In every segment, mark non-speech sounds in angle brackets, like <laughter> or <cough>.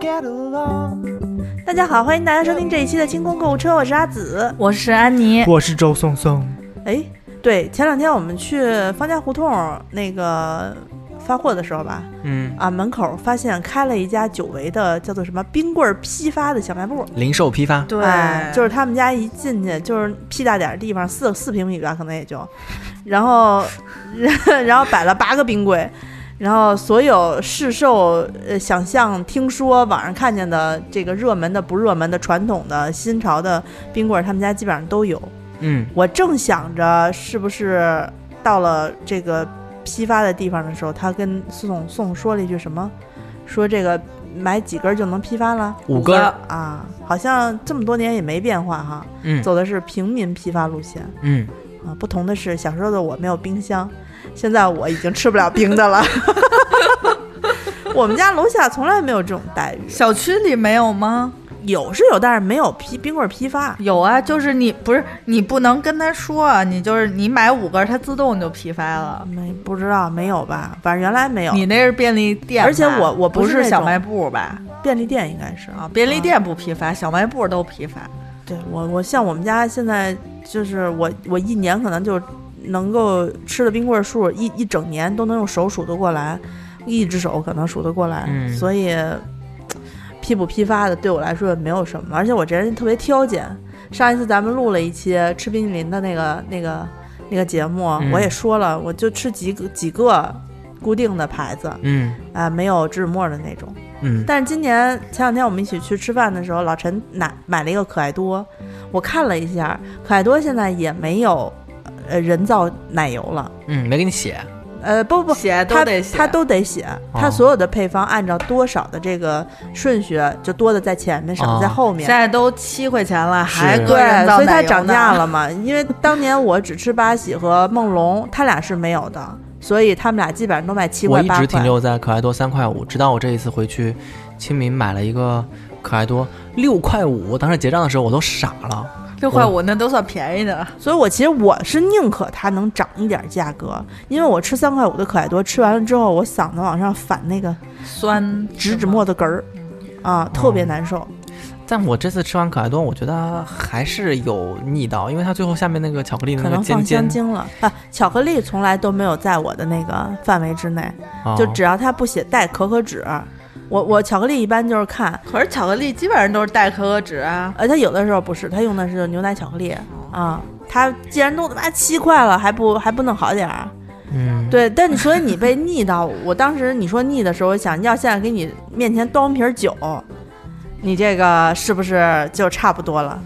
get along. 大家好，欢迎大家收听这一期的清空购物车，我是阿紫。我是安妮，我是周松松，哎，对，前两天我们去方家胡同那个发货的时候吧，嗯，啊，门口发现开了一家久违的叫做什么冰棍儿批发的小卖部。零售批发，对哎，就是他们家一进去就是屁大点儿地方，四四平米吧，可能也就，然后然后摆了八个冰柜，然后所有市售、呃想象、听说、网上看见的这个热门的、不热门的、传统的、新潮的冰棍儿，他们家基本上都有。嗯，我正想着是不是到了这个批发的地方的时候，他跟宋总宋说了一句什么，说这个买几根儿就能批发了。五根儿，啊，好像这么多年也没变化哈，嗯走的是平民批发路线嗯，啊。不同的是，小时候的我没有冰箱，现在我已经吃不了冰 <laughs> 的了。我们家楼下从来没有这种待遇，小区里没有吗？有是有，但是没有批冰棍儿批发。有啊，就是你不是你不能跟他说啊，你就是你买五根儿，它自动就批发了。没不知道没有吧？反正原来没有，你那是便利店吧，而且我我不不是那种是小卖部吧？便利店应该是啊，便利店不批嗯发，小卖部都批发。对我，我像我们家现在就是我，我一年可能就能够吃的冰棍儿数一一整年都能用手数得过来，一只手可能数得过来，嗯所以批不批发的对我来说也没有什么，而且我这人特别挑拣。上一次咱们录了一期吃冰淇淋的那个那个那个节目，嗯我也说了，我就吃几个几个固定的牌子啊、嗯没有芝士沫的那种。嗯，但是今年前两天我们一起去吃饭的时候，老陈买买了一个可爱多，我看了一下，可爱多现在也没有呃人造奶油了，嗯，没给你写，呃不不，写它都得写，它都得写，它哦所有的配方按照多少的这个顺序，就多的在前面，少的在哦后面。现在都七块钱了，是还搁人对，造所以它奶油涨呢价。了嘛。因为当年我只吃八喜和梦龙，它俩是没有的，所以他们俩基本上都卖七我块一八直块。停留在可爱多三块五，直到我这一次回去清明买了一个可爱多六块五，当时结账的时候我都傻了，六块嗯五那都算便宜的了。所以我其实我是宁可它能涨一点价格，因为我吃三块五的可爱多，吃完了之后我嗓子往上反那个酸植脂末的根儿，嗯啊，特别难受。但我这次吃完可爱多，我觉得还是有腻到，因为它最后下面那个巧克力的可那个能嗯尖放香尖，精了啊，巧克力从来都没有在我的那个范围之内，哦就只要它不写带可可脂，我我巧克力一般就是看，可是巧克力基本上都是代可可脂 <laughs> 啊。呃，它有的时候不是，它用的是牛奶巧克力啊。它既然都他妈七块了，还不还不弄好点儿？嗯，对，但你所以你被腻到，我当时你说腻的时候，我想要现在给你面前端瓶酒，你这个是不是就差不多了？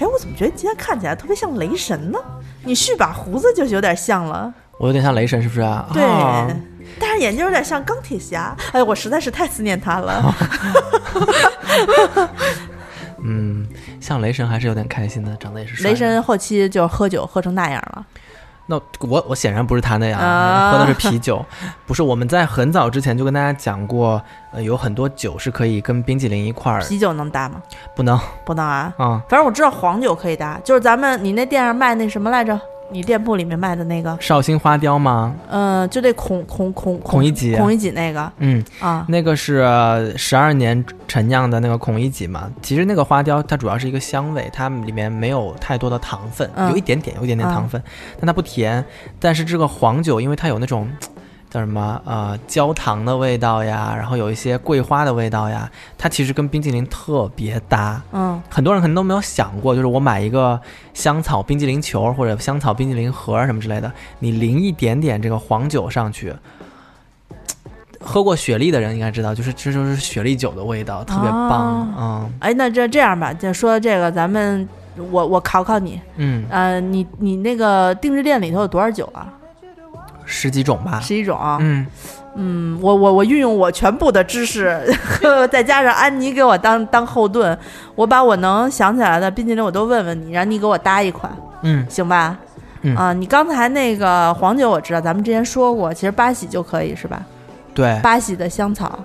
哎，我怎么觉得今天看起来特别像雷神呢？你续把胡子就是有点像了，我有点像雷神是不是啊？对，啊但是眼睛有点像钢铁侠。哎，我实在是太思念他了。嗯，像雷神还是有点开心的，长得也是帅雷的。神后期就喝酒喝成那样了，那我我显然不是他那样，啊喝的是啤酒，不是。我们在很早之前就跟大家讲过，呃，有很多酒是可以跟冰淇淋一块儿，啤酒能搭吗？不能不能啊。啊、反正我知道黄酒可以搭，就是咱们你那店上卖那什么来着？你店铺里面卖的那个，绍兴花雕吗？嗯，就那孔孔孔孔乙己啊孔乙己那个嗯，啊，那个是呃十二年陈酿的那个孔乙己嘛。其实那个花雕它主要是一个香味，它里面没有太多的糖分，嗯有一点点，有一点点嗯糖分，但它不甜。但是这个黄酒，因为它有那种。叫什么？呃，焦糖的味道呀，然后有一些桂花的味道呀，它其实跟冰淇淋特别搭。嗯很多人可能都没有想过，就是我买一个香草冰激凌球或者香草冰激凌盒儿什么之类的，你淋一点点这个黄酒上去，嘖喝过雪莉的人应该知道，就是这就是雪莉酒的味道，特别啊棒。嗯哎，那这这样吧，就说到这个，咱们我我考考你，嗯呃，你你那个定制店里头有多少酒嗯，啊？十几种吧。十一种啊。嗯，嗯，我我我运用我全部的知识， <laughs> 再加上安妮给我当当后盾，我把我能想起来的冰淇淋我都问问你，让你给我搭一款。嗯，行吧？嗯啊、你刚才那个黄酒我知道，咱们之前说过，其实八喜就可以是吧？对，八喜的香草，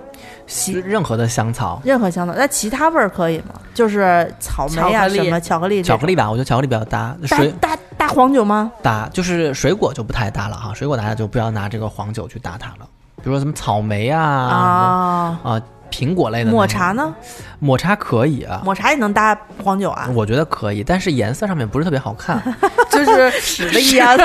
西任何的香草，任何香草，那其他味儿可以吗？就是草莓啊，巧克力什么巧克力这巧种，克力吧，我觉得巧克力比较搭，水搭搭搭黄酒吗？搭就是水果就不太搭了哈，水果大家就不要拿这个黄酒去搭它了，比如说什么草莓啊。啊，啊，苹果类的那抹种茶呢？抹茶可以啊，抹茶也能搭黄酒啊？我觉得可以，但是颜色上面不是特别好 <laughs> 看，就是屎的一样。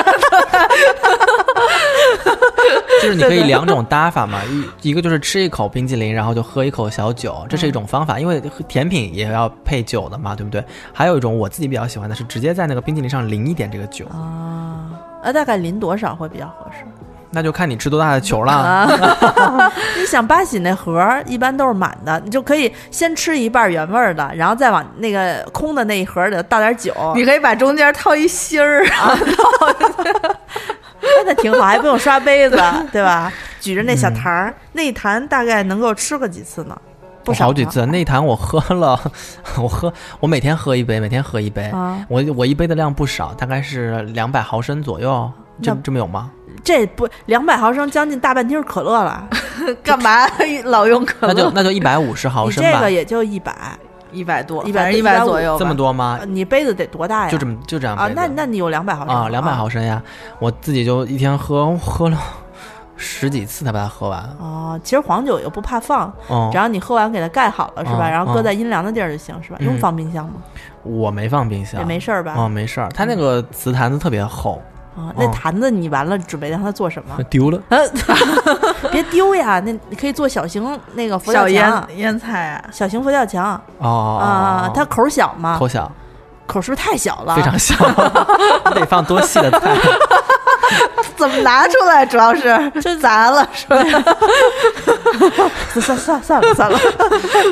就是你可以两种搭法嘛，一一个就是吃一口冰激凌，然后就喝一口小酒，这嗯是一种方法，因为甜品也要配酒的嘛，对不对？还有一种我自己比较喜欢的是直接在那个冰激凌上淋一点这个酒，啊，呃，大概淋多少会比较合适？那就看你吃多大的球了。啊， <laughs> 你想八喜那盒儿一般都是满的，你就可以先吃一半原味儿的，然后再往那个空的那一盒儿里倒点酒， <laughs> 你可以把中间套一芯儿，那挺好，还不用刷 <laughs> 杯子，对吧？举着那嗯小坛儿，那一坛大概能够吃个几次呢？不我少嗯好几呢次，那一坛我喝了， <laughs> 我喝我每天喝一杯，每天喝一杯，啊。我我一杯的量不少，大概是两百毫升左右，这那这么有吗？这不两百毫升，将近大半听可乐了，干嘛老用可那就乐？那就一百五十毫你升这吧个，也就一百，一百多， 100反正一150百左右吧。这么多吗呃？你杯子得多大呀？就这么就这样啊杯，子那那你有两百毫升啊，两百毫升呀，我自己就一天喝喝了十几次才把它喝完。哦，其实黄酒又不怕放，哦只，要你喝完给它盖好了是吧？嗯然后搁在阴凉的地儿就行是吧？嗯用放冰箱吗？我没放冰箱，也没事儿吧？嗯哦，没事儿。它那个瓷坛子特别厚，啊，那嗯坛子你完了准备让它做什 <laughs> 么？ <laughs> 丢了。别丢呀，那你可以做小型那个佛小跳腌墙，腌菜啊，小型佛跳墙哦哦啊哦，它啊口儿小嘛，口小，口是不是太小了？非常小，啊 <laughs> 你得放多细的 <laughs> 菜。怎么拿出来？主要是就砸了，是吧？ <laughs> 算算算了算了，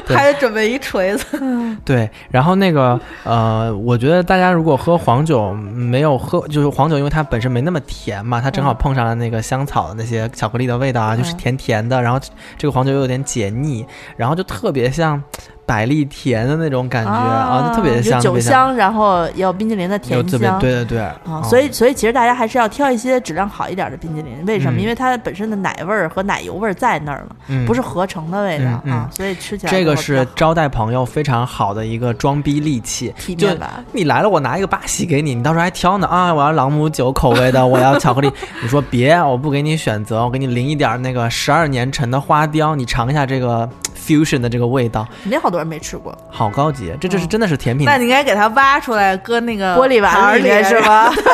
对还得准备一锤子。对，然后那个呃，我觉得大家如果喝黄酒没有喝，就是黄酒，因为它本身没那么甜嘛，它正好碰上了那个香草的那些巧克力的味道啊，就是嗯甜甜的，然后这个黄酒又有点解腻，然后就特别像百利甜的那种感觉啊，就特别有香，特酒别香，香，然后也有冰激凌的有甜特别香。对对对啊，嗯所以所以其实大家还是要挑一些质量好一点的冰激凌，为什么？嗯因为它本身的奶味儿和奶油味儿在那儿了，嗯不是合成的味道嗯嗯啊，所以吃起来这个会比较是招待朋友非常好的一个装逼利器，体就面吧？你来了，我拿一个八喜给你，你到时候还挑呢啊！我要朗姆酒口味 <laughs> 的，我要巧克力。你说别，我不给你选择，我给你淋一点那个十二年陈的花雕，你尝一下这个 fusion 的这个味道，肯定好多人没吃过，好高级，这这是真的是甜品。那你应该给它挖出来，搁那个玻璃盘碗儿呃里里面是？吧？ <laughs>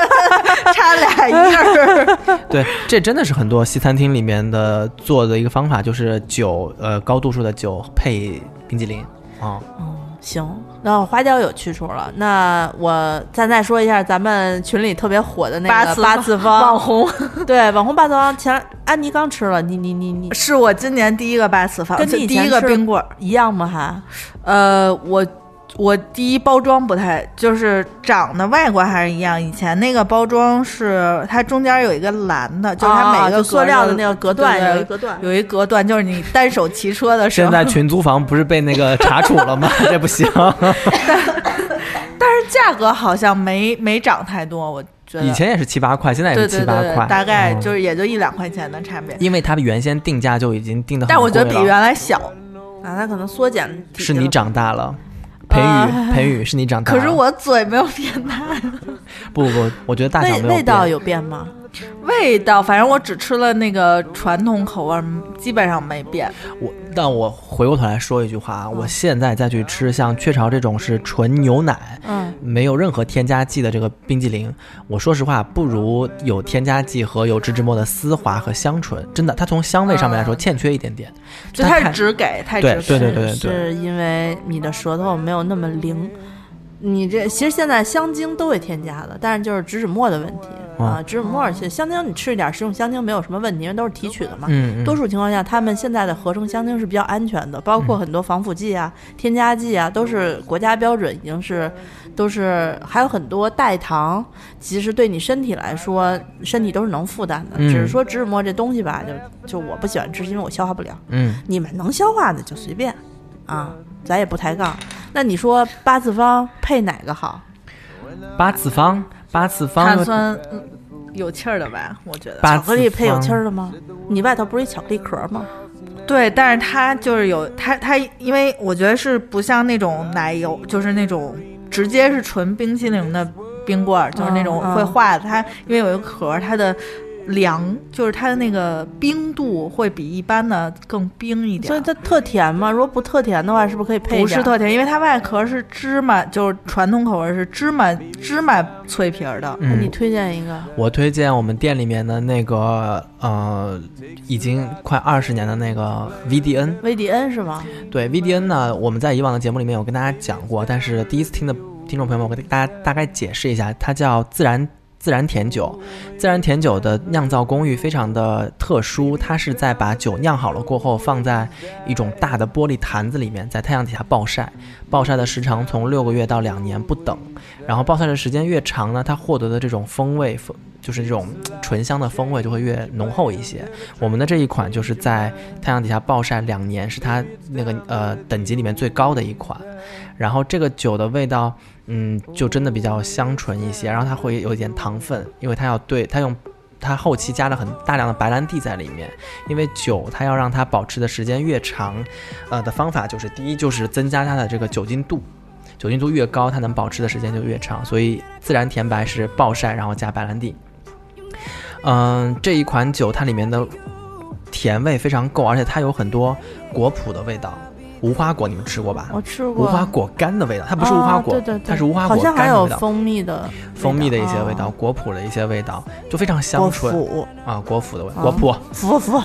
插俩印 <laughs> 儿，对，这真的是很多西餐厅里面的做的一个方法，就是酒，呃，高度数的酒配冰激凌。哦， <laughs> 行，那花椒有去处了。那我现在说一下咱们群里特别火的那八个次八次网方，红对，网红八次方前安妮刚吃了，你你你你是我今年第一个八次方，跟你以第前一个吃冰棍儿。一样吗？还呃，我我第一包装不太，就是长得外观还是一样。以前那个包装是它中间有一个蓝的，哦就是它啊每个就塑料的那个个隔断对对有一隔断，有一隔断，就是你单手骑车的 <laughs> 时现候。在群租房不是被那个查处了吗？ <laughs> 这不行，但是价格好像没没涨太多，我觉得。以前也是七八块，现在也对是对七对八块，对，大概嗯就是也就一两块钱的差别，因为它的原先定价就已经定的，但我觉得比原来小。嗯啊，它可能缩减体积是你了长大了，裴宇，裴宇是你长大了。可是我嘴没有变大，不不不，我觉得大小没有味味道变有变吗？味道反正我只吃了那个传统口味儿，基本上没变。我但我回过头来说一句话啊，我现在再去吃像雀巢这种是纯牛奶，嗯，没有任何添加剂的这个冰激凌，我说实话不如有添加剂和有芝芝沫的丝滑和香醇，真的，它从香味上面来说嗯欠缺一点点。就它它是太只给，太对只给。对对对对是因为你的舌头没有那么灵。你这其实现在香精都会添加的，但是就是植脂末的问题啊，嗯植脂末其实香精你吃一点食用香精没有什么问题，因为都是提取的嘛。嗯，嗯多数情况下，他们现在的合成香精是比较安全的，包嗯括很多防腐剂啊、添加剂啊，都是国家标准，已经是都是还有很多代糖，其实对你身体来说，身体都是能负担的。嗯只是说植脂末这东西吧，就就我不喜欢吃，是因为我消化不了。嗯，你们能消化的就随便啊，咱也不抬杠。那你说八次方配哪个好？嗯八次方，八次方碳又，酸嗯有气儿的吧？我觉得八巧克力次配有方气儿的吗？你外头不是一巧克力壳吗？对，但是它就是有它它，因为我觉得是不像那种奶油，就是那种直接是纯冰淇淋的冰棍儿，就是那种嗯嗯会化的。它因为有一个壳儿，它的凉，就是它的那个冰度会比一般的更冰一点。所以它特甜嘛，如果不特甜的话，是不是可以配不一点是儿？特甜，因为它外壳是芝麻，就是传统口味是芝麻芝麻脆皮儿的。你嗯，推荐一个，我推荐我们店里面的那个呃，已经快二十年的那个 VDN。威迪恩是吗？对 VDN 呢，我们在以往的节目里面有跟大家讲过，但是第一次听的听众朋友们，我给大家大概解释一下，它叫自然自然甜酒。自然甜酒的酿造工艺非常的特殊，它是在把酒酿好了过后，放在一种大的玻璃坛子里面，在太阳底下暴晒，暴晒的时长从六个月到两年不等。然后暴晒的时间越长呢，它获得的这种风味风。就是这种嘖醇香的风味就会越浓厚一些。我们的这一款就是在太阳底下暴晒两年，是它那个呃等级里面最高的一款。然后这个酒的味道，嗯，就真的比较香醇一些，然后它会有一点糖分，因为它要对它用。它后期加了很大量的白兰地在里面，因为酒它要让它保持的时间越长，呃的方法就是第一就是增加它的这个酒精度，酒精度越高，它能保持的时间就越长，所以自然甜白是暴晒然后加白兰地。嗯，这一款酒它里面的甜味非常够，而且它有很多果脯的味道，无花果你们吃过吧？我吃无过，花果干的味道，它不是无花果，啊对对对它是无花好果像还干的有味道，蜂蜜的蜂蜜的一些味道，哦果脯的一些味道，就非常香果醇脯，啊，果脯的味，哦果脯。服服，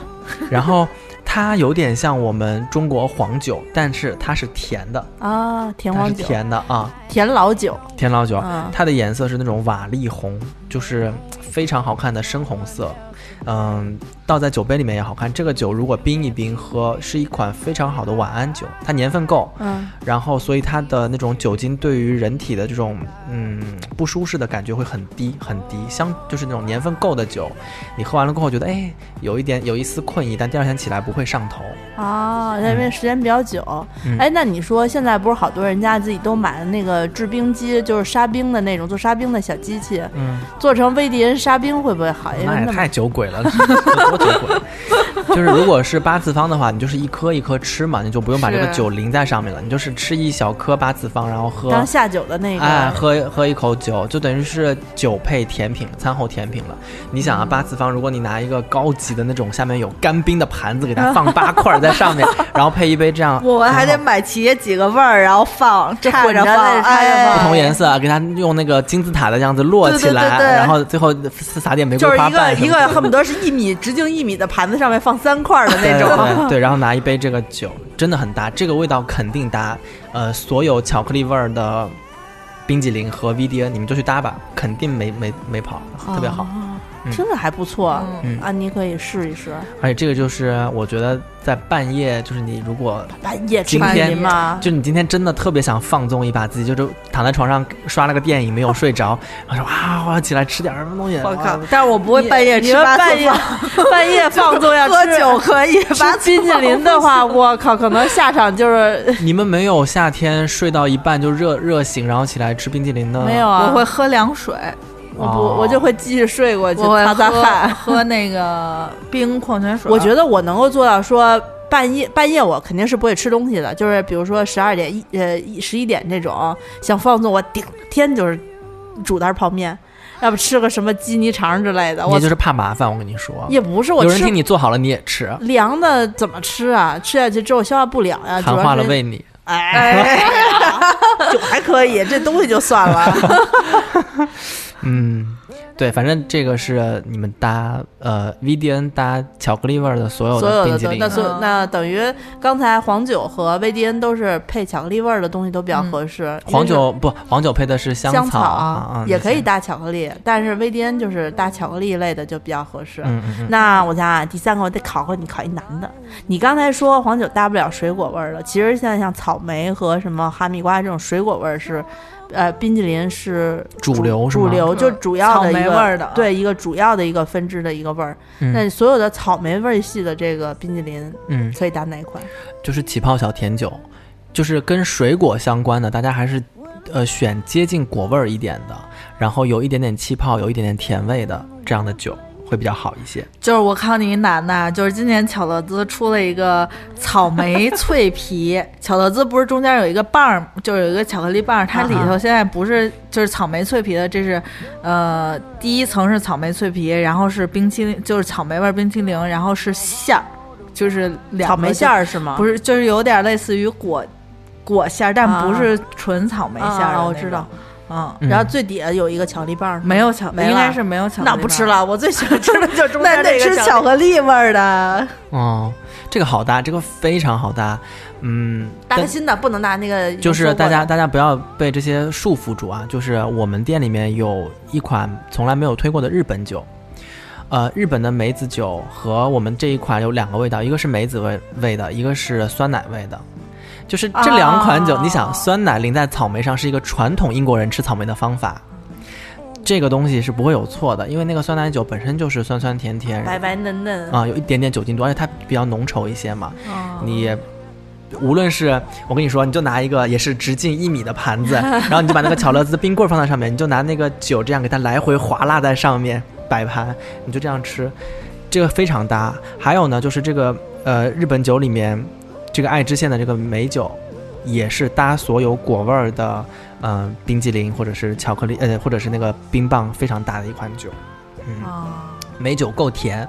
然后它有点像我们中国黄酒，但是它是甜的，啊，甜它黄是酒、甜的啊，甜老酒，甜老酒。嗯，它的颜色是那种瓦砾红，就是非常好看的深红色，嗯，倒在酒杯里面也好看。这个酒如果冰一冰喝，是一款非常好的晚安酒，它年份够，嗯，然后所以它的那种酒精对于人体的这种嗯不舒适的感觉会很低很低，相就是那种年份够的酒，你喝完了过后觉得哎有一点有一丝困意，但第二天起来不会上头。啊，因为时间比较久。嗯哎，那你说现在不是好多人家自己都买了那个制冰机，就是沙冰的那种做沙冰的小机器，嗯，做成威迪恩沙冰会不会好？因那为也哎那么太酒鬼了， <laughs> 多酒鬼！就是如果是八次方的话，你就是一颗一颗吃嘛，你就不用把这个是酒淋在上面了，你就是吃一小颗八次方，然后喝，当下酒的那个，哎，喝喝一口酒，就等于是酒配甜品，餐后甜品了。你想啊，八次方，如果你拿一个高级的那种下面有干冰的盘子，给它放八块儿在上 <laughs> 面，然后配一杯这样，嗯嗯我们还得然后买齐几个味儿，然后放这插混着放，的插着哎放不同颜色啊，给它用那个金字塔的样子摞起来，对对对对然后最后撒点玫就瑰是花一个瓣什么一的个恨不得是一米直径一米的盘子，上面放三块儿的那对种。对对，然后拿一杯这个酒，真的很搭，这个味道肯定搭。呃，所有巧克力味儿的冰激凌和 VDN，你们就去搭吧，肯定没没没跑， <laughs> 特哦别好。啊嗯听着还不错。嗯嗯啊，你可以试一试，而且这个就是我觉得在半夜，就是你如果半夜吃今冰天淇淋吗？就你今天真的特别想放纵一把自己，就是躺在床上刷了个电影没有睡着，然后说啊，我要起来吃点什么东西。我靠哇！但是我不会半夜你吃们八半次夜饭，半夜放纵要 <laughs> 喝吃酒可以，吃八次冰淇淋的 <laughs> 话，我靠，可能下场就是你们没有夏天睡到一半就热热醒，然后起来吃冰激凌的？没有，啊。我会喝凉水，我不，我就会继续睡过去，我会擦擦 <laughs> 喝汗。 <laughs> 喝那个冰矿泉水。我觉得我能够做到说半夜半夜我肯定是不会吃东西的，就是比如说十二点一呃十一点这种想放纵，我顶天就是煮袋泡面，要不吃个什么鸡泥肠之类的。你我就是怕麻烦，我跟你说。也不是我有人吃啊替你做好了，你也吃，凉的怎么吃啊？吃下去之后消化不了呀、主谈话要了是喂你。哎， <laughs> 酒还可以，这东西就算了。嗯，对，反正这个是你们搭呃 VDN 搭巧克力味儿的所有所有哦冰啊的激都凌那，所有嗯那等于刚才黄酒和威迪恩都是配巧克力味儿的东西都比较嗯合适，因为黄是酒不黄酒配的是香香啊，啊也可以。那些搭巧克力，但是威迪恩就是搭巧克力类的就比较合适。嗯嗯嗯，那我想啊，第三个我得考考你，考一男的。你刚才说黄酒搭不了水果味儿的，其实现在像草莓和什么哈密瓜这种水果味儿是，呃，冰淇淋是主流是吗主流就主要的一个嗯草莓味儿的啊对一个主要的一个分支的一个味儿。嗯那所有的草莓味儿系的这个冰淇淋嗯，可以搭哪一款？就是起泡小甜酒，就是跟水果相关的，大家还是呃选接近果味儿一点的，然后有一点点气泡，有一点点甜味的这样的酒。会比较好一些。就是我看你一男的，就是今年巧乐兹出了一个草莓脆皮，巧乐兹不是中间有一个棒儿，就是有一个巧克力棒儿，它里头现在不是就是草莓脆皮的，这是呃第一层是草莓脆皮，然后是冰淇淋，就是草莓味儿冰淇淋，然后是馅儿，就是两草个莓馅儿是吗？不是是，就是有点类似于果果馅儿，啊但不是纯草莓莓馅馅儿、儿，我知道。。嗯，嗯然后最底下有一个巧克力棒儿，没有巧，没了应该是没有巧克力。那不吃。了。我最喜欢吃的 <laughs> 就是中那间得这吃个巧克克力味儿的，哦，这个好搭，这个非常好搭。嗯，大但个新的，不能拿那个已经就是收过大家的大家不要被这些束缚住啊！就是我们店里面有一款从来没有推过的日本酒，呃，日本的梅子酒和我们这一款有两个味道，一个是梅子味味的，一个是酸奶味的。就是这两款酒，啊你想，酸奶淋在草莓上是一个传统英国人吃草莓的方法，这个东西是不会有错的，因为那个酸奶酒本身就是酸酸甜甜，白白嫩嫩，啊、有一点点酒精度，而且它比较浓稠一些嘛。你无论是我跟你说，你就拿一个也是直径一米的盘子，然后你就把那个巧乐兹冰棍儿放在上面，你就拿那个酒这样给它来回划拉在上面摆盘，你就这样吃，这个非常搭。还有呢，就是这个呃日本酒里面这个爱知县的这个美酒，也是搭所有果味儿的。嗯、冰激凌或者是巧克力，呃，或者是那个冰棒，非常搭的一款酒。嗯，哦啊，美酒够甜，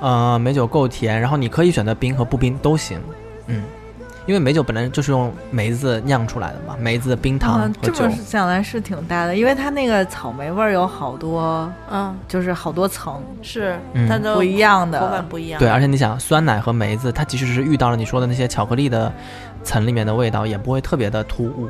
呃，美酒够甜，然后你可以选择冰和不冰都行，嗯，因为美酒本来就是用梅子酿出来的嘛，梅子、冰糖嗯，和这酒，么想来是挺搭的，因为它那个草莓味儿有好多，嗯，就是好多层是嗯，它都不一样口感的。不一样。对，啊 <laughs> 而且你想，酸奶和梅子，它即使是遇到了你说的那些巧克力的层里面的味道，也不会特别的突兀。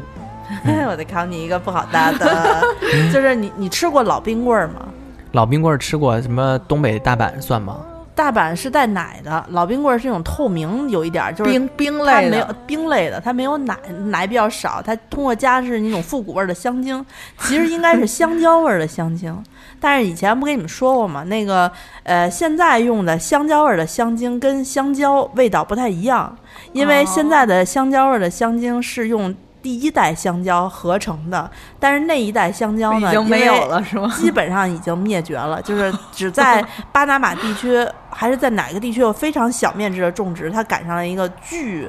嗯我得考你一个不好 <laughs> 搭的，就是你你吃过老冰棍儿吗？老冰棍儿吃过什么东北大阪算吗？大阪是带奶的，老冰棍儿是那种透明，有一点儿就是冰冰它类没有的，冰类的，它没有奶，奶比较少，它通过加是那种复古味儿的香精，其实应该是香蕉味儿的香精。但是以前不跟你们说过吗？那个呃，现在用的香蕉味儿的香精跟香蕉味道不太一样，因为哦现在的香蕉味儿的香精是用第一代香蕉合成的，但是那一代香蕉已呢经没因为有了是吗？基本上已经灭绝了，就是只 <laughs> 在巴拿马地区，还是在哪个地区有非常小面积的种植，它赶上了一个巨。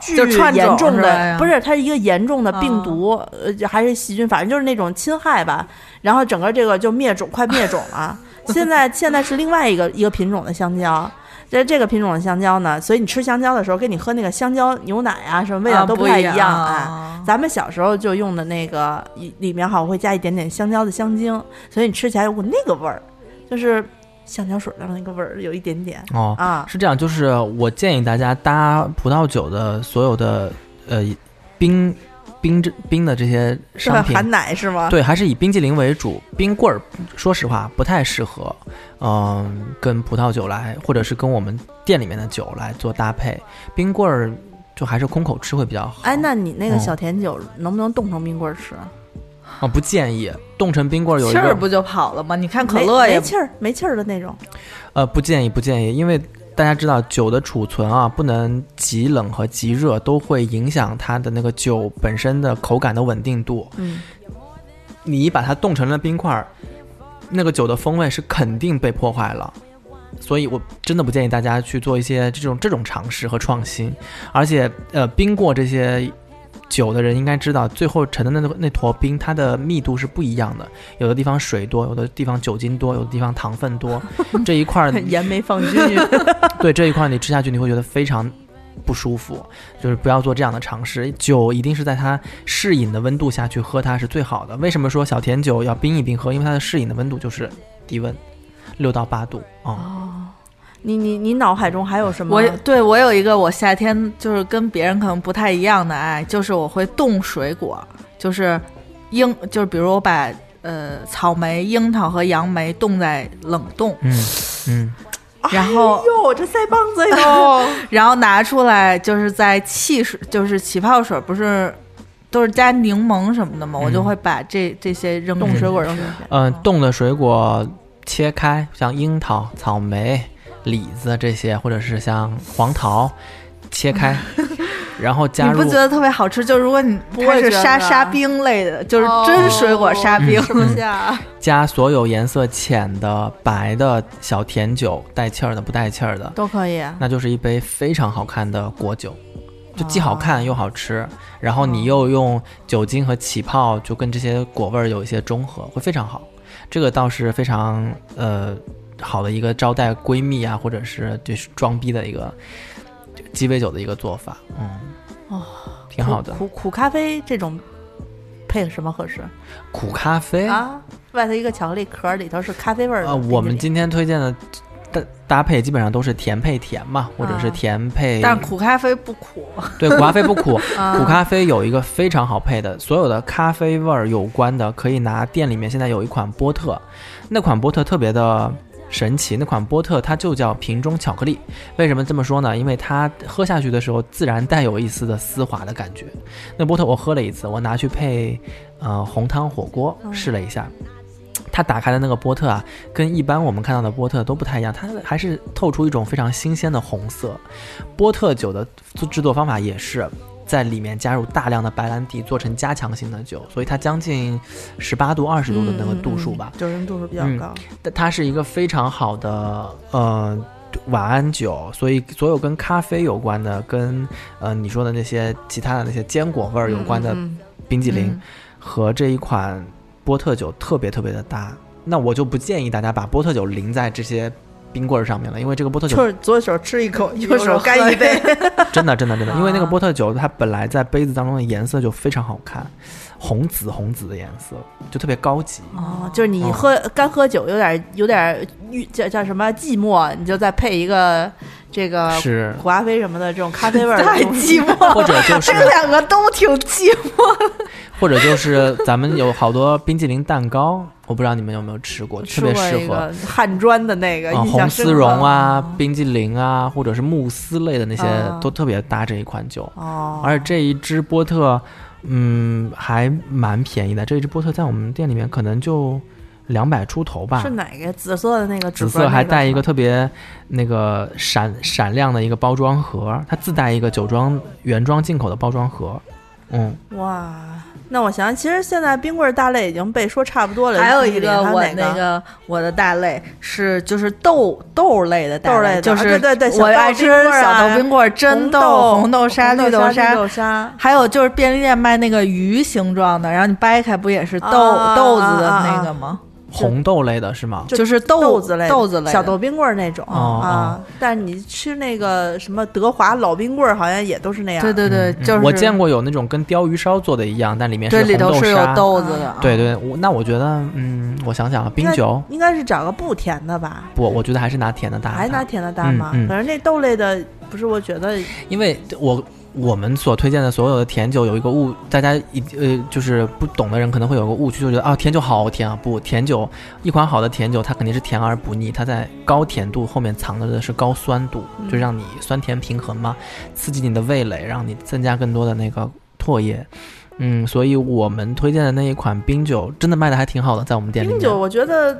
巨就串种严重是吧的不是，它是一个严重的病啊毒，呃，就还是细菌，反正就是那种侵害吧。然后整个这个就灭种，快灭种 <laughs> 了。现在现在是另外一个一个品种的香蕉，这这个品种的香蕉呢，所以你吃香蕉的时候，跟你喝那个香蕉牛奶啊什么味道啊都不太一一样，哎。啊咱们小时候就用的那个里里面好像会加一点点香蕉的香精，所以你吃起来有股那个味儿，就是橡胶水的那个味儿，有一点点哦，啊。 <laughs> 是这样，就是我建议大家搭葡萄酒的所有的呃冰冰这冰的这些是商品含奶是吗？对，还是以冰激凌为主，冰棍儿，说实话不太适合，嗯、跟葡萄酒来，或者是跟我们店里面的酒来做搭配。冰棍儿就还是空口吃会比较好。哎，那你那个嗯小甜酒能不能冻成冰棍儿吃？啊哦，不建议冻成冰棍儿有一气儿个不就跑了吗？你看可乐没也没气儿，没气儿的那种。呃，不建议，不建议，因为大家知道酒的储存啊，不能极冷和极热，都会影响它的那个酒本身的口感的稳定度。嗯，你把它冻成了冰块，儿，那个酒的风味是肯定被破坏了。所以我真的不建议大家去做一些这种这种尝试和创新。而且，呃，冰过这些酒的人应该知道，最后沉的那那坨冰，它的密度是不一样的。有的地方水多，有的地方酒精多，有的地方糖分多。这一 <laughs> 块儿盐没放均匀。 <laughs> 对这一块你吃下去，你会觉得非常不舒服，就是不要做这样的尝试。酒一定是在它适饮的温度下去喝，它是最好的。为什么说小甜酒要冰一冰喝？因为它的适饮的温度就是低温，六到八度啊、 <laughs> 哦，你你你脑海中还有什么？哎我对我有一个我夏天就是跟别人可能不太一样的爱，就是我会冻水果，就是樱，就是比如我把呃草莓、樱桃和杨梅冻在冷冻，嗯嗯，哎然后、哟，这腮帮子哟， <laughs> 然后拿出来就是在汽水，就是起泡水，不是都是加柠檬什么的嘛，我就嗯会把这这些扔冻进水去果，冻水果。嗯、冻的水果切开，像樱桃、草 <laughs> 莓、李子这些，或者是像黄桃，切开，然后你加不入觉得特别好吃？就如果你不它会是觉得沙沙冰类的，就是哦嗯真水果沙冰， <laughs> 吃不下。加所有颜色浅的、白的小甜酒，带气儿的、不带气儿的，都可以啊，那就是一杯非常好看的果酒，就既好哦看又好吃。然后你又用酒精和起泡，就跟这些果味儿有一些中和，会非常好。这个倒是非常呃好的一个招待闺蜜啊，或者是就是装逼的一个就鸡尾酒的一个做法，嗯，哦，挺好的。苦苦苦咖啡这种配什么合适苦咖啡啊？外头一个巧克力壳，里头是咖啡味儿的哎啊，冰淇淋。我们今天推荐的呃搭搭配基本上都是甜配甜嘛，或者是啊甜配，但是苦咖啡不苦。对苦咖啡不苦。啊苦咖啡有一个非常好配的，所有的咖啡味儿有关的，可以拿店里面现在有一款波特，那款波特特别的神奇，那款波特它就叫瓶中巧克力。为什么这么说呢？因为它喝下去的时候自然带有一丝的丝滑的感觉。那波特我喝了一次，我拿去配呃红汤火锅试了一下。它打开的那个波特啊，跟一般我们看到的波特都不太一样，它还是透出一种非常新鲜的红色。波特酒的制制作方法也是在里面加入大量的白兰地，做成加强型的酒，所以它将近十八度、二十度的那个度数吧。，嗯嗯嗯酒精度数比较嗯高。但它是一个非常好的呃晚安酒，所以所有跟咖啡有关的，跟呃你说的那些其他的那些坚果味儿有关的嗯嗯嗯冰激凌、嗯和这一款波特酒特别特别的搭。那我就不建议大家把波特酒淋在这些冰棍儿上面了，因为这个波特酒就是左手吃一口，右右手手喝干一杯。真的，真的，真的，因为那个啊波特酒它本来在杯子当中的颜色就非常好看，红紫红紫的颜色就特别高级。 <laughs> 嗯哦，就是你喝干喝酒有点有点郁叫叫什么寂寞，你就再配一个这个 <laughs> 是苦咖啡什么的这种咖啡味儿的太东西，寂寞或了，者就是 <laughs> 这两个都挺寂寞。或者就是咱们有好多冰激凌蛋糕，我不知道你们有没有吃过，特吃别过适一合。个汉砖的那个啊、印象红深丝刻绒啊，冰激凌啊，或者是慕斯类的那些，啊都特别搭这一款酒。哦，而且这一支波特，嗯，还蛮便宜的。这一支波特在我们店里面可能就两百出头吧，是哪个紫色的那个紫纸盒色那还带一是个吧特别那个闪闪亮的一个包装盒，它自带一个酒庄原装进口的包装盒。嗯，哇。那我想，其实现在冰棍儿大类已经被说差不多了。还有冰淇一淋个还有我哪那个我的大类是就是豆豆类的大豆类的就啊是对对对小我豆爱冰吃棍儿小啊豆冰棍儿、真豆、红豆沙、红绿豆沙绿。豆沙，还有就是便利店卖那个鱼形状的，然后你掰开不也是豆、啊豆子的啊啊那个吗？红豆类的是吗？就就是豆豆子类的、豆子类的小豆冰棍儿那种哦啊。但是你吃那个什么德华老冰棍儿，好像也都是那样。对对对，嗯就是我见过有那种跟鲷鱼烧做的一样，但里面对里红头是沙。啊有豆子的，对对，我那我觉得，嗯，我想想啊，冰酒应该是找个不甜的吧，不，我觉得还是拿甜的搭搭。还拿甜的搭吗？嗯嗯反正那豆类的，不是我觉得因为我我们所推荐的所有的甜酒有一个误，大家一呃就是不懂的人可能会有个误区，就觉得啊甜酒好甜啊，不，甜酒一款好的甜酒它肯定是甜而不腻，它在高甜度后面藏着的是高酸度，嗯就让你酸甜平衡嘛，刺激你的味蕾，让你增加更多的那个唾液。嗯，所以我们推荐的那一款冰酒真的卖的还挺好的，在我们店里面。冰酒，我觉得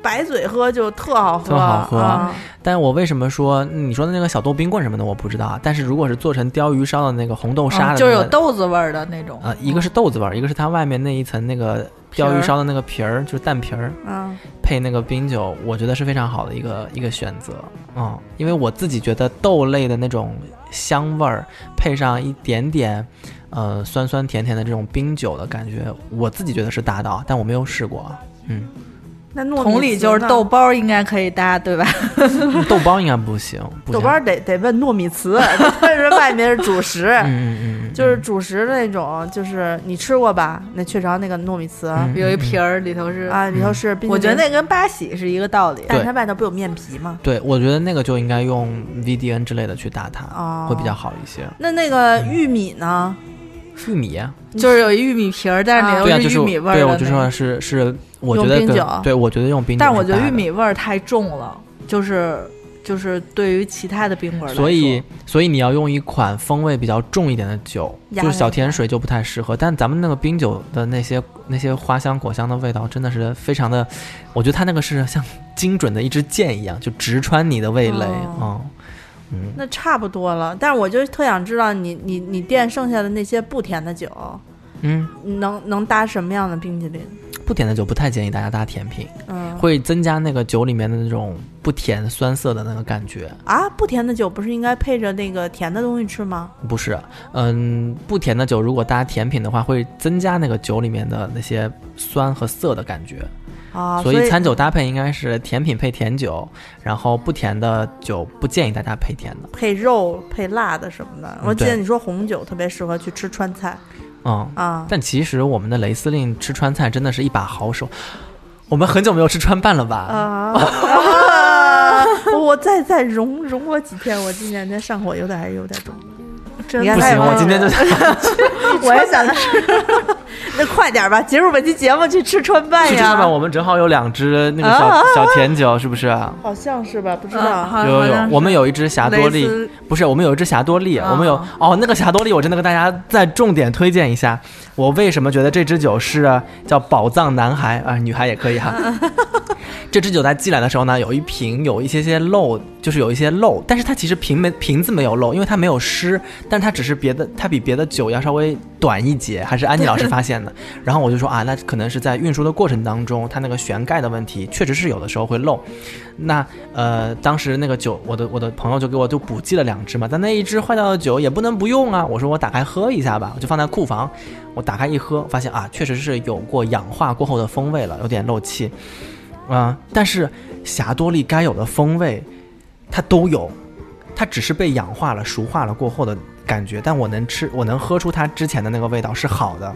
白嘴喝就特好喝，特好喝啊、但我为什么说嗯你说的那个小豆冰棍什么的我不知道啊？但是如果是做成鲷鱼烧的那个红豆沙的、那嗯个哦就是有豆子味儿的那种。啊，一嗯个是豆子味儿，一个是它外面那一层那个鲷鱼烧的那个皮儿，就是蛋皮儿，嗯，配那个冰酒，我觉得是非常好的一个一个选择。嗯，因为我自己觉得豆类的那种香味儿，配上一点点，呃，酸酸甜甜的这种冰酒的感觉，我自己觉得是搭的啊，但我没有试过啊。 <laughs> 嗯，那糯米同理，就是糍呢豆包儿应该可以搭，对吧？豆包应该不行，不行豆包儿得得问糯米 <laughs> 糍，但是外面是主食。嗯嗯嗯嗯，就是主食的那种，就是你吃过吧？那雀巢那个糯米糍、嗯有一皮儿，里头是，啊，里头是冰淇淋，我觉得那跟八喜是一个道理。但是它外头不有面皮吗？对，我觉得那个就应该用 VDN 之类的去搭它，哦会比较好一些。那那个玉米呢？玉米啊、就是有一玉米皮儿，但是对啊，里就头是玉米味儿对，的我那就种。说是是，我觉用得冰跟酒对，我觉得用冰酒，但是我觉得玉，米味儿太重了，就是就是对于其他的冰棍儿来说，所以所以你要用一款风味比较重一点的酒，压就是一小下甜水就不太适合。但咱们那个冰酒的那些那些花香果香的味道，真的是非常的，我觉得它那个是像精准的一支箭一样，就直穿你的味蕾，嗯。哦嗯，那差不多了。但是我就特想知道你你你店剩下的那些不甜的酒，嗯，能能搭什么样的冰淇淋？不甜的酒不太建议大家搭甜品，嗯，会增加那个酒里面的那种不甜酸涩的那个感觉。啊，不甜的酒不是应该配着那个甜的东西吃吗？不是，嗯，不甜的酒如果搭甜品的话，会增加那个酒里面的那些酸和涩的感觉。啊，所以以餐酒搭配应该是甜品配甜酒，然后不甜的酒不建议大家配甜的。配肉、配辣的什么的。嗯我记得对你说红酒特别适合去吃川菜嗯，啊，但其实我们的雷司令吃川菜真的是一把好手。我们很久没有吃川拌了吧？啊啊！我再再容容我几天，我今年这上火有点还是有点重。真你看不他也行，我忘今天就呃了我也想吃， <laughs> 那快点吧，结束本期节目，去吃川拌去吃呀川拌，！我们正好有两支那个小、啊小甜酒，是不是？啊好像是吧，不知啊道。好有有好有像，是我们有一支霞多蕾丽，丝不是，我们有一支霞多丽，啊我们有哦，那个霞多丽，我真的跟大家再重点推荐一下。我为什么觉得这支酒是啊叫宝藏男孩啊、女孩也可以哈。这支酒在寄来的时候呢，有一瓶有一些些漏，就是有一些漏，但是它其实瓶没瓶子没有漏，因为它没有湿，但是它只是别的，它比别的酒要稍微短一截，还是安妮老师发现的。然后我就说啊，那可能是在运输的过程当中，它那个旋盖的问题确实是有的时候会漏。那呃，当时那个酒，我的我的朋友就给我就补寄了两支嘛，但那一支坏掉的酒也不能不用啊。我说我打开喝一下吧，我就放在库房，我打开一喝，发现啊，确实是有过氧化过后的风味了，有点漏气，啊、但是霞多丽该有的风味它都有，它只是被氧化了、熟化了过后的感觉，但我能吃，我能喝出它之前的那个味道是好的。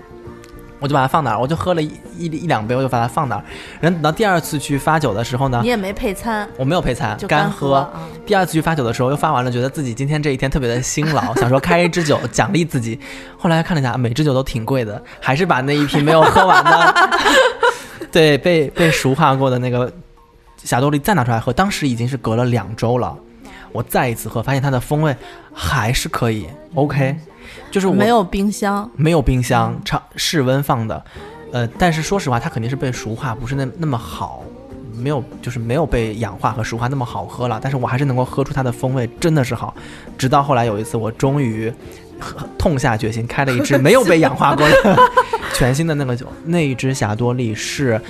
我就把它放哪儿，我就喝了一一一两杯，我就把它放哪儿。然后等到第二次去发酒的时候呢，你也没配餐，我没有配餐，就啊干喝啊。第二次去发酒的时候，又发完了，觉得自己今天这一天特别的辛 <laughs> 劳，想说开一支酒奖励自己。后来看了一下，每支酒都挺贵的， <laughs> 还是把那一瓶没有喝完的， <laughs> 对，被被熟化过的那个霞多丽再拿出来喝。当时已经是隔了两周了，我再一次喝，发现它的风味还是可以，OK，就是我嗯没有冰箱，没有冰箱，常室温放的，呃，但是说实话，它肯定是被熟化，不是那那么好，没有就是没有被氧化和熟化那么好喝了。但是我还是能够喝出它的风味，真的是好。直到后来有一次，我终于喝痛下决心开了一支没有被氧化过的全新的那个酒， <laughs> 那一支霞多丽是。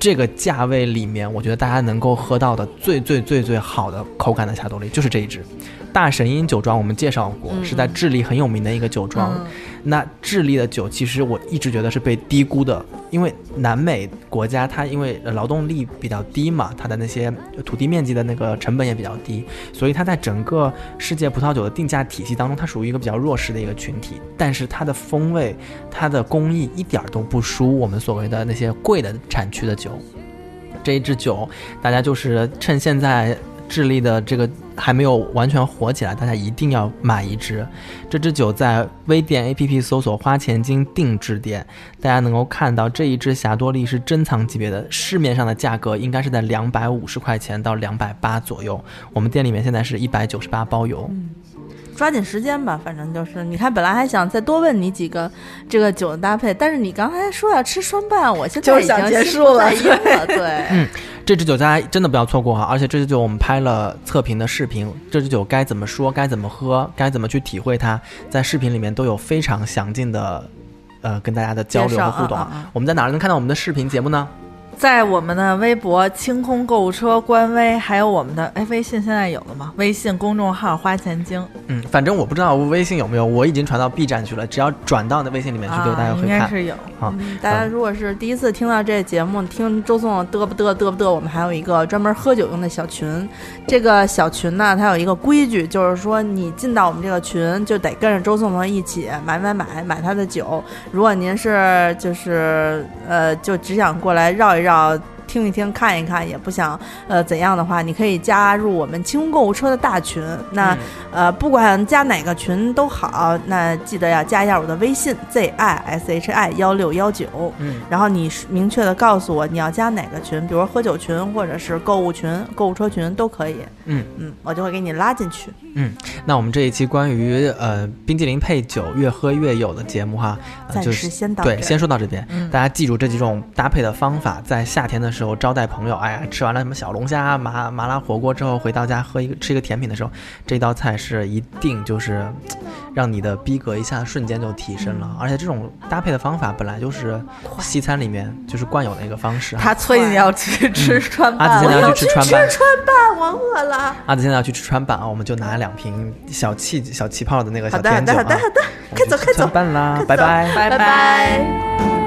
这个价位里面，我觉得大家能够喝到的最最最最好的口感的霞多丽就是这一支。大神鹰酒庄我们介绍过，嗯是在智利很有名的一个酒庄，嗯那智利的酒其实我一直觉得是被低估的，因为南美国家它因为呃劳动力比较低嘛，它的那些土地面积的那个成本也比较低，所以它在整个世界葡萄酒的定价体系当中，它属于一个比较弱势的一个群体。但是它的风味、它的工艺一点儿都不输我们所谓的那些贵的产区的酒。这一支酒，大家就是趁现在智利的这个还没有完全火起来，大家一定要买一支。这支酒在微店 APP 搜索“花钱精定制店”，大家能够看到这一支霞多丽是珍藏级别的，市面上的价格应该是在两百五十块钱到两百八左右。我们店里面现在是一百九十八包邮。嗯抓紧时间吧，反正就是，你看本来还想再多问你几个这个酒的搭配，但是你刚才说要吃川拌，我现在就是已想经结心束不了在焉 <laughs> 了，对，嗯这支酒大家真的不要错过啊哈、而且这支酒我们拍了测评的视频，这支酒该怎么说，该怎么喝，该怎么去体会它，在视频里面都有非常详尽的，呃，跟大家的交流和互动介绍嗯嗯嗯我们在哪儿能看到我们的视频节目呢？啊在我们的微博“清空购物车”官微，还有我们的哎微信现在有了吗？微信公众号“花钱精嗯，反正我不知道微信有没有，我已经传到 B 站去了，只要转到那微信里”面去，就大家啊，会应该看。是有。嗯大家如果是第一次听到这节目，听周颂嘚不嘚嘚不嘚，我们还有一个专门喝酒用的小群。这个小群呢，它有一个规矩，就是说你进到我们这个群，就得跟着周颂文一起买买买买他的酒。如果您是就是呃，就只想过来绕一绕。听一听，看一看，也不想呃怎样的话，你可以加入我们清空购物车的大群。嗯那、呃，不管加哪个群都好，那记得要加一下我的微信 z i s h i 幺六幺九。嗯，然后你是明确的告诉我你要加哪个群，比如说喝酒群或者是购物群、购物车群都可以。嗯嗯，我就会给你拉进去。那我们这一期关于呃冰激凌配酒越喝越有的节目哈，呃暂就时是先到这对，儿先说到这边，嗯大家记住这几种搭配的方法，在夏天的时候招待朋友，哎呀，吃完了什么小龙虾、麻麻辣火锅之后，回到家喝一个吃一个甜品的时候，这道菜是一定就是嘖让你的逼格一下瞬间就提升嗯了。而且这种搭配的方法本来就是西餐里面就是惯有的一个方式哈。他催你要去吃川嗯阿紫饭现在了，要去吃川吃办，川饭，我饿了。阿紫现在要去吃川办啊，我们就拿两瓶小气小气泡的那个好小的，甜酒好的，啊好的，好，的，我们快去走，吃快走川，办啦，拜快走拜。拜拜。